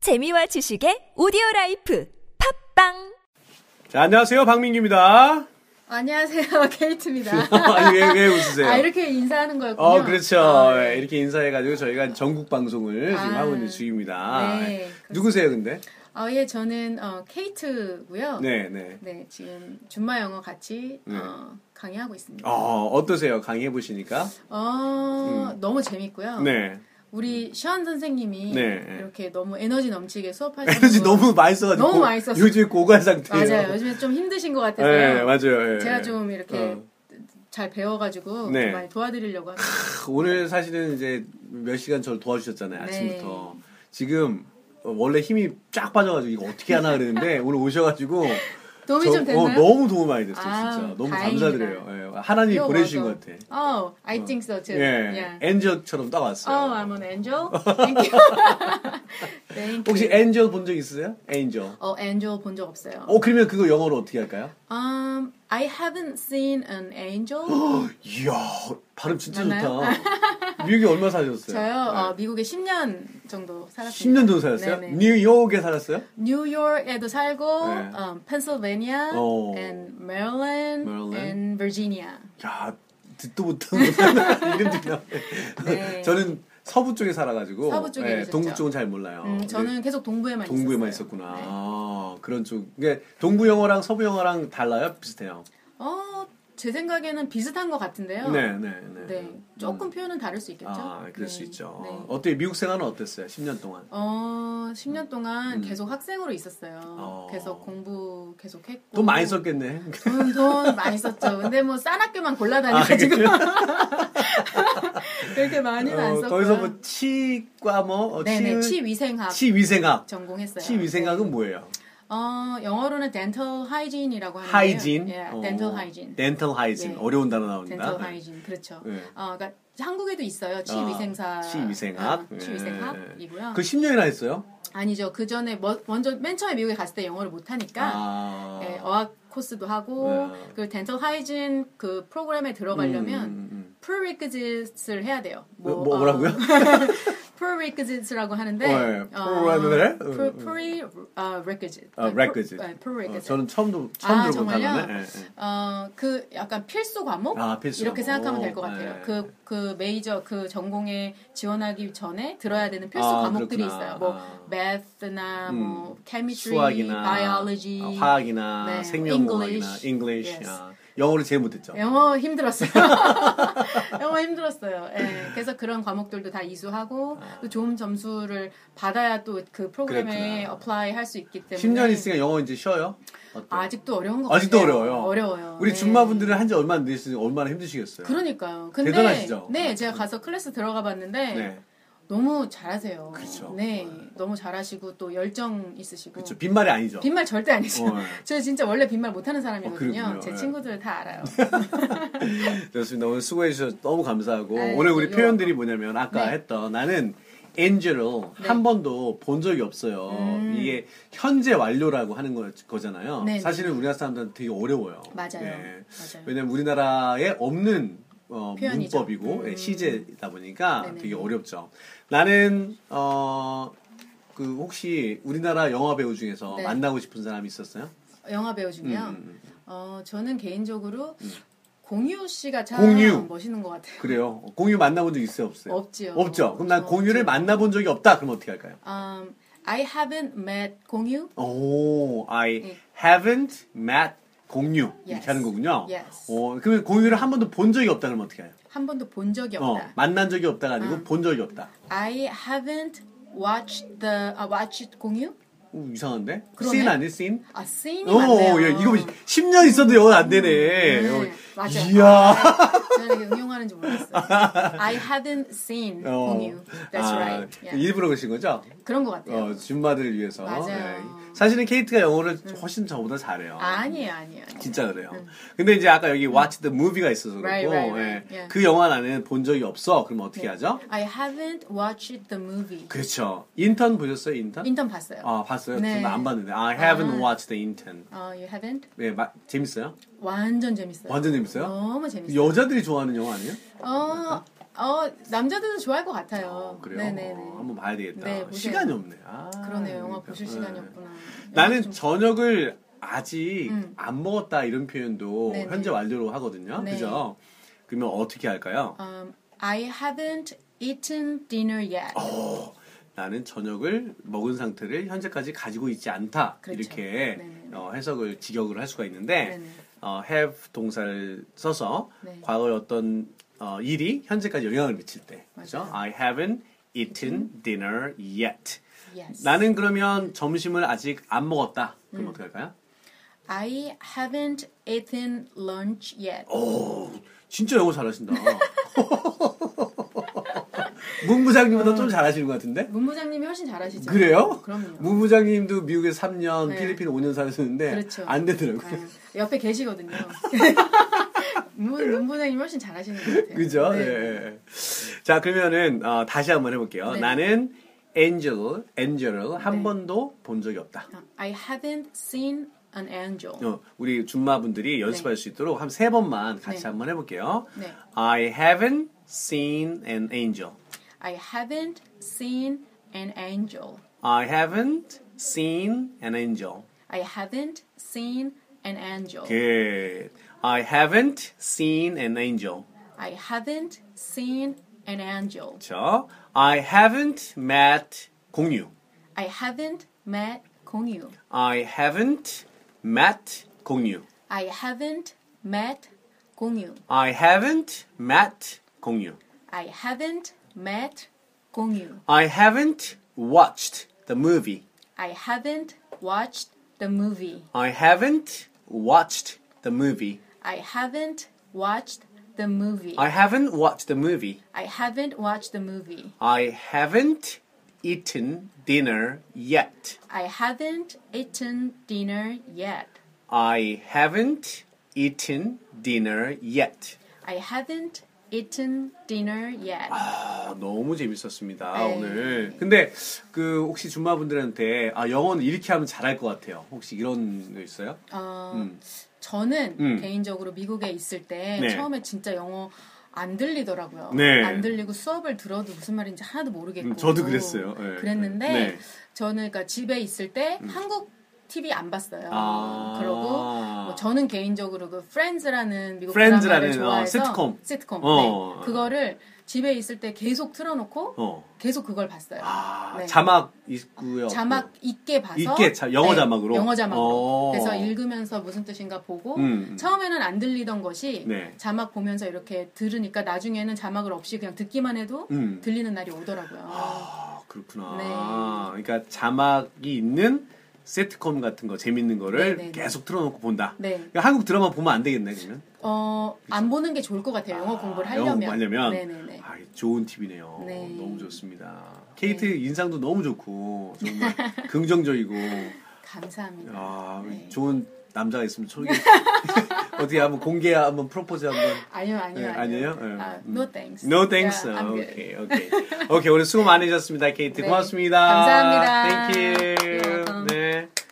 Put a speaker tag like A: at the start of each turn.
A: 재미와 지식의 오디오 라이프 팝빵
B: 자, 안녕하세요. 박민규입니다.
C: 안녕하세요, 케이트입니다.
B: 아니, 왜, 왜 웃으세요?
C: 아, 이렇게 인사하는 거였군요.
B: 어, 그렇죠.
C: 아,
B: 예, 이렇게 인사해가지고 저희가 전국 방송을 지금
C: 아.
B: 하고 있는 중입니다.
C: 네,
B: 예.
C: 그렇습니다.
B: 누구세요, 근데?
C: 어, 예, 저는 어, 케이트고요.
B: 네, 네.
C: 네, 지금 준마 영어 같이
B: 네.
C: 어, 강의하고 있습니다.
B: 어, 어떠세요? 강의해보시니까?
C: 어, 너무 재밌고요.
B: 아, 음. 네.
C: 우리 시원 선생님이
B: 네, 네.
C: 이렇게 너무 에너지 넘치게 수업하시는
B: 에너지
C: 거-
B: 너무 많이 써가지고.
C: 뭐 너무 많이 썼어요.
B: 요즘 고갈 상태예요.
C: 맞아요. 요즘에 좀 힘드신 것 같아서요.
B: 네, 맞아요. 예.
C: 제가 좀 이렇게
B: 어.
C: 잘 배워가지고
B: 네.
C: 좀 많이 도와드리려고 합니다.
B: 크, 오늘 사실은 이제 몇 시간 저를 도와주셨잖아요.
C: 네.
B: 아침부터. 지금 원래 힘이 쫙 빠져가지고 이거 어떻게 하나 그랬는데 오늘 오셔가지고
C: 도움이
B: 저-
C: 좀 됐나요?
B: 어, 너무 도움 많이 됐어요,
C: 아,
B: 진짜. 너무
C: 다행입니다.
B: 감사드려요. 예, 하나님이
C: 이거
B: 보내주신
C: 맞아.
B: 것 같아.
C: Oh, I think so too.
B: 예,
C: Yeah.
B: 엔젤처럼 딱 왔어요.
C: Oh, I'm an angel. Thank you. Thank
B: 혹시
C: you.
B: 엔젤 본 적 있으세요? 엔젤.
C: 어, angel 본 적 없어요.
B: 어, 그러면 그거 영어로 어떻게 할까요?
C: Um, I haven't seen an angel.
B: 어, 이야, 발음 진짜
C: 맞나요?
B: 좋다. 미국에 얼마 사셨어요?
C: 저요. 어, 미국에 10년 정도 살았습니다.
B: 네. 10년 정도 살았어요?
C: 네네.
B: 뉴욕에 살았어요?
C: 뉴욕에도 살고,
B: 네.
C: um, Pennsylvania,
B: 오.
C: and Maryland,
B: Maryland.
C: and Virginia.
B: 야, 듣도 못한 이름들이 나오네.
C: 네.
B: 저는 서부 쪽에 살아가지고
C: 서부 쪽에
B: 예,
C: 계셨죠?
B: 동부 쪽은 잘 몰라요.
C: 음, 저는 계속 동부에만 있었어요.
B: 어, 네. 동부에만 있었구나.
C: 네.
B: 아, 그런 쪽. 이게 동부 영어랑 서부 영어랑 달라요? 비슷해요.
C: 어, 제 생각에는 비슷한 것 같은데요.
B: 네, 네, 네.
C: 어. 네, 조금 표현은 다를 수 있겠죠.
B: 아, 그럴 수
C: 네,
B: 있죠.
C: 네.
B: 어때 미국 생활은 어땠어요? 10년 동안.
C: 어, 10년 동안 계속 학생으로 있었어요.
B: 음. 어.
C: 그래서 공부 계속 했고.
B: 돈 많이 썼겠네.
C: 돈, 돈 많이 썼죠. 근데 뭐 싼 학교만
B: 아,
C: 골라다니까 지금 그렇게 많이는 안
B: 어,
C: 썼고요.
B: 거기서 뭐 치과 뭐 어,
C: 네네,
B: 치,
C: 치위생학 네.
B: 치위생학.
C: 전공했어요.
B: 치위생학은 뭐예요?
C: 어, 영어로는 dental hygiene이라고 하는데
B: 하이진.
C: 예,
B: 어,
C: dental hygiene.
B: 덴탈 하이진.
C: 네.
B: 어려운 단어 나옵니다.
C: dental hygiene. 그렇죠.
B: 네.
C: 어, 그러니까 한국에도 있어요. 치위생사.
B: 아, 치위생학.
C: 어, 치위생학이고요.
B: 그 10년이나 했어요?
C: 아니죠. 그 전에 뭐, 먼저 맨 처음에 미국에 갔을 때 영어를 못 하니까
B: 아.
C: 예, 어학 코스도 하고
B: 네.
C: 그 덴탈 하이진 그 프로그램에 들어가려면 prerequisites를 해야 돼요.
B: 음, 뭐, 뭐,
C: 어,
B: 뭐라고요?
C: prerequisites라고 하는데
B: 네, program을 해?
C: pre, pre 어, requisite.
B: 어, 음, requisite.
C: 네, prerequisite.
B: 어, 저는 처음도 처음
C: 아
B: 들어본
C: 정말요?
B: 단어네. 예, 예.
C: 어, 그 약간 필수 과목
B: 아, 필수
C: 이렇게
B: 과목.
C: 생각하면 될 것 같아요.
B: 네.
C: 그 그 메이저 그 전공에 지원하기 전에 들어야 되는 필수
B: 아,
C: 과목들이
B: 그렇구나.
C: 있어요. 뭐
B: 아. 음,
C: math나 뭐 chemistry,
B: 수학이나
C: biology,
B: 아, 화학이나
C: 네,
B: 생명공학이나
C: English.
B: English,
C: Yes.
B: 아, 영어를 제일 못했죠.
C: 영어 힘들었어요. 영어 힘들었어요. 예. 그래서 그런 과목들도 다 이수하고 또 좋은 점수를 받아야 또 그 프로그램에
B: 아. 그랬구나.
C: 어플라이 할 수 있기 때문에
B: 10년 있으니까 영어 이제 쉬어요. 어때요?
C: 아직도 어려운 것 같아요.
B: 아직도 어려워요.
C: 어려워요.
B: 우리
C: 네.
B: 준마분들은 한지 얼마 안 되시니 얼마나 힘드시겠어요.
C: 그러니까요. 근데
B: 대단하시죠?
C: 네, 제가 가서 클래스 들어가 봤는데
B: 네.
C: 너무 잘하세요.
B: 그쵸.
C: 네, 너무 잘하시고 또 열정 있으시고
B: 그렇죠. 빈말이 아니죠.
C: 빈말 절대 아니죠.
B: 어, 예.
C: 저 진짜 원래 빈말 못하는 사람이거든요.
B: 그렇군요.
C: 제
B: 예.
C: 친구들 다 알아요.
B: 좋습니다. 오늘 수고해 주셔서 너무 감사하고
C: 아유,
B: 오늘 우리
C: 이거-
B: 표현들이 뭐냐면 아까
C: 네.
B: 했던 나는 엔젤을 한 번도 본 적이 없어요. 이게 현재 완료라고 하는 거, 거잖아요.
C: 음. 네,
B: 사실은 우리나라 사람들한테 되게 어려워요.
C: 맞아요.
B: 예.
C: 맞아요.
B: 왜냐면 우리나라에 없는 어,
C: 표현이죠. 음.
B: 문법이고 예, 시제다 보니까
C: 네네.
B: 되게 어렵죠. 나는 어, 그 혹시 우리나라 영화 배우 중에서
C: 네.
B: 만나고 싶은 사람이 있었어요?
C: 영화 배우 중에요.
B: 음,
C: 어, 저는 개인적으로 공유 씨가 참
B: 공유.
C: 멋있는 것 같아요.
B: 그래요. 공유 만나본 적 있어요, 없어요?
C: 없지요.
B: 없죠. 그럼 난
C: 없죠,
B: 공유를
C: 없죠.
B: 만나본 적이 없다. 그럼 어떻게 할까요?
C: Um, I haven't met 공유.
B: 오, I
C: 네.
B: haven't met 공유 이렇게
C: Yes.
B: 하는 거군요.
C: Yes.
B: 어, 그러면 공유를 한 번도 본 적이 없다. 그럼 어떻게 해요?
C: 한 번도 본 적이
B: 어,
C: 없다.
B: 만난 적이 없다가 아니고 본 적이 없다.
C: I haven't watched the 아, watched 공유.
B: 오, 이상한데?
C: 그러네.
B: 씬 아니에요? 씬?
C: 아 씬이
B: 오,
C: 맞네요.
B: 야, 이거 뭐 10년 있어도 영어 안 되네.
C: 네,
B: 어,
C: 맞아요.
B: 이야.
C: 아, 저는 이게 응용하는지 몰랐어요. I haven't seen
B: 어.
C: 공유. That's
B: 아,
C: right. Yeah.
B: 일부러 그러신 거죠?
C: 그런 것 같아요.
B: 어, 준마들을 위해서.
C: 맞아요.
B: 사실은 케이트가 영어를 훨씬 저보다 잘해요.
C: 아니에요, 아니에요. 아니에요.
B: 진짜 그래요. 근데 이제 아까 여기 watch the movie가 있어서 그렇고
C: 네. Right, right, right. 네.
B: 예.
C: Yeah.
B: 그 영화 나는 본 적이 없어. 그럼 어떻게 하죠?
C: I haven't watched the movie.
B: 그렇죠. 인턴 보셨어요? 인턴?
C: 인턴 봤어요.
B: 아 봤어요?
C: 네. 아.
B: 저는 안 봤는데 I haven't watched the intern.
C: 어, you haven't?
B: 네, 마- 재밌어요?
C: 완전 재밌어요.
B: 완전 재밌어요?
C: 너무 재밌어요.
B: 여자들이 좋아하는 영화 아니에요?
C: 어, 어 남자들도 좋아할 것 같아요.
B: 그래요?
C: 네네네.
B: 어, 한번 봐야 되겠다.
C: 네, 보세요.
B: 시간이 없네. 아,
C: 그러네요.
B: 앞에.
C: 보실
B: 네.
C: 시간이었구나.
B: 나는
C: 좀-
B: 저녁을 아직
C: 음.
B: 안 먹었다 이런 표현도
C: 네네.
B: 현재 완료로 하거든요.
C: 네.
B: 그죠? 그러면 어떻게 할까요?
C: um, I haven't eaten dinner yet.
B: 어, 나는 저녁을 먹은 상태를 현재까지 가지고 있지 않다
C: 그렇죠.
B: 이렇게
C: 네네.
B: 어, 해석을 직역을 할 수가 있는데
C: 네네.
B: 어, have 동사를 써서
C: 네.
B: 과거의 어떤 어, 일이 현재까지 영향을 미칠 때 그죠?
C: 맞아요. 음.
B: I haven't eaten dinner yet.
C: Yes.
B: 나는 그러면 점심을 아직 안 먹었다.
C: 음.
B: 그럼 어떻게 할까요?
C: I haven't eaten lunch yet.
B: 오, 진짜 영어 잘하신다. 문부장님보다
C: 아.
B: 좀 잘하시는 것 같은데?
C: 문부장님이 훨씬 잘하시죠.
B: 그래요?
C: 그럼요.
B: 문부장님도 미국에 3년,
C: 네.
B: 필리핀 5년 살았는데
C: 그렇죠.
B: 안 되더라고요.
C: 아, 옆에 계시거든요. 문, 문부장님이 훨씬 잘하시는 것 같아요.
B: 그죠?
C: 네.
B: 네. 자, 그러면은 어, 다시 한번 해볼게요.
C: 네.
B: 나는 엔젤, 엔젤을 한
C: 네.
B: 번도 본 적이 없다.
C: 아, I haven't seen an angel.
B: 어, 우리 줌마분들이 연습할 수 있도록 한 세 번만 같이
C: 네.
B: 한번 해볼게요.
C: 네.
B: I haven't seen an angel.
C: I haven't seen an angel.
B: I haven't seen an angel.
C: I haven't seen an angel.
B: Good. I haven't seen an angel.
C: I haven't seen an angel.
B: 그렇죠? I haven't met 공유.
C: I haven't met 공유.
B: I haven't met 공유.
C: I haven't met 공유.
B: I haven't met 공유.
C: I haven't met 공유.
B: I haven't watched the movie.
C: I haven't watched the movie.
B: I haven't watched the movie.
C: I haven't watched the movie.
B: I haven't watched the movie.
C: I haven't watched the movie.
B: I haven't eaten dinner yet.
C: I haven't eaten dinner yet.
B: I haven't eaten dinner yet.
C: I haven't eaten dinner yet.
B: 아, 너무 재밌었습니다
C: 네.
B: 오늘. 근데 그 혹시 준마분들한테 아 영어는 이렇게 하면 잘할 것 같아요. 혹시 이런 거 있어요?
C: 어, 저는 개인적으로 미국에 있을 때
B: 음. 네.
C: 처음에 진짜 영어 안 들리더라고요.
B: 네.
C: 안 들리고 수업을 들어도 무슨 말인지 하나도 모르겠고.
B: 음, 저도 그랬어요. 네.
C: 그랬는데
B: 네. 음.
C: 저는 그러니까 집에 있을 때 한국 TV 안 봤어요.
B: 아.
C: 그러고 뭐 저는 개인적으로 그 프렌즈라는 미국
B: Friends라는,
C: 드라마를 좋아해서
B: 어, 시트콤.
C: 시트콤.
B: 어.
C: 네. 그거를 집에 있을 때 계속 틀어놓고
B: 어.
C: 계속 그걸 봤어요.
B: 아
C: 네.
B: 자막 있고요.
C: 자막 있게 봐서
B: 그
C: 네,
B: 있게 자- 영어 자막으로?
C: 영어 자막으로
B: 오.
C: 그래서 읽으면서 무슨 뜻인가 보고
B: 음.
C: 처음에는 안 들리던 것이
B: 네.
C: 자막 보면서 이렇게 들으니까 나중에는 자막을 없이 그냥 듣기만 해도
B: 음.
C: 들리는 날이 오더라고요.
B: 아 그렇구나.
C: 네.
B: 그러니까 자막이 있는 세트콤 같은 거 재밌는 거를
C: 네, 네, 네.
B: 계속 틀어놓고 본다.
C: 네.
B: 그러니까 한국 드라마 보면 안 되겠네 그러면.
C: 어, 안 보는 게 좋을 것 같아요. 네, 영어 공부를
B: 영어
C: 하려면.
B: 공부하려면?
C: 네네네.
B: 아, 좋은 팁이네요.
C: 네.
B: 너무 좋습니다. 케이트 인상도 너무 좋고 정말 긍정적이고
C: 감사합니다.
B: 아, 우리
C: 네.
B: 좋은 남자가 있으면 소개 어떻게 한번 공개 한번 프로포즈 한번
C: 아니요, 아니요,
B: 네,
C: 아니요.
B: 아니에요? 네.
C: 아, no thanks.
B: No thanks. 아,
C: Yeah, I'm good.
B: 오케이 오케이 오케이 오늘 수고 많으셨습니다 케이트
C: 네.
B: 고맙습니다.
C: 감사합니다.
B: Thank you.
C: You're welcome.
B: 네.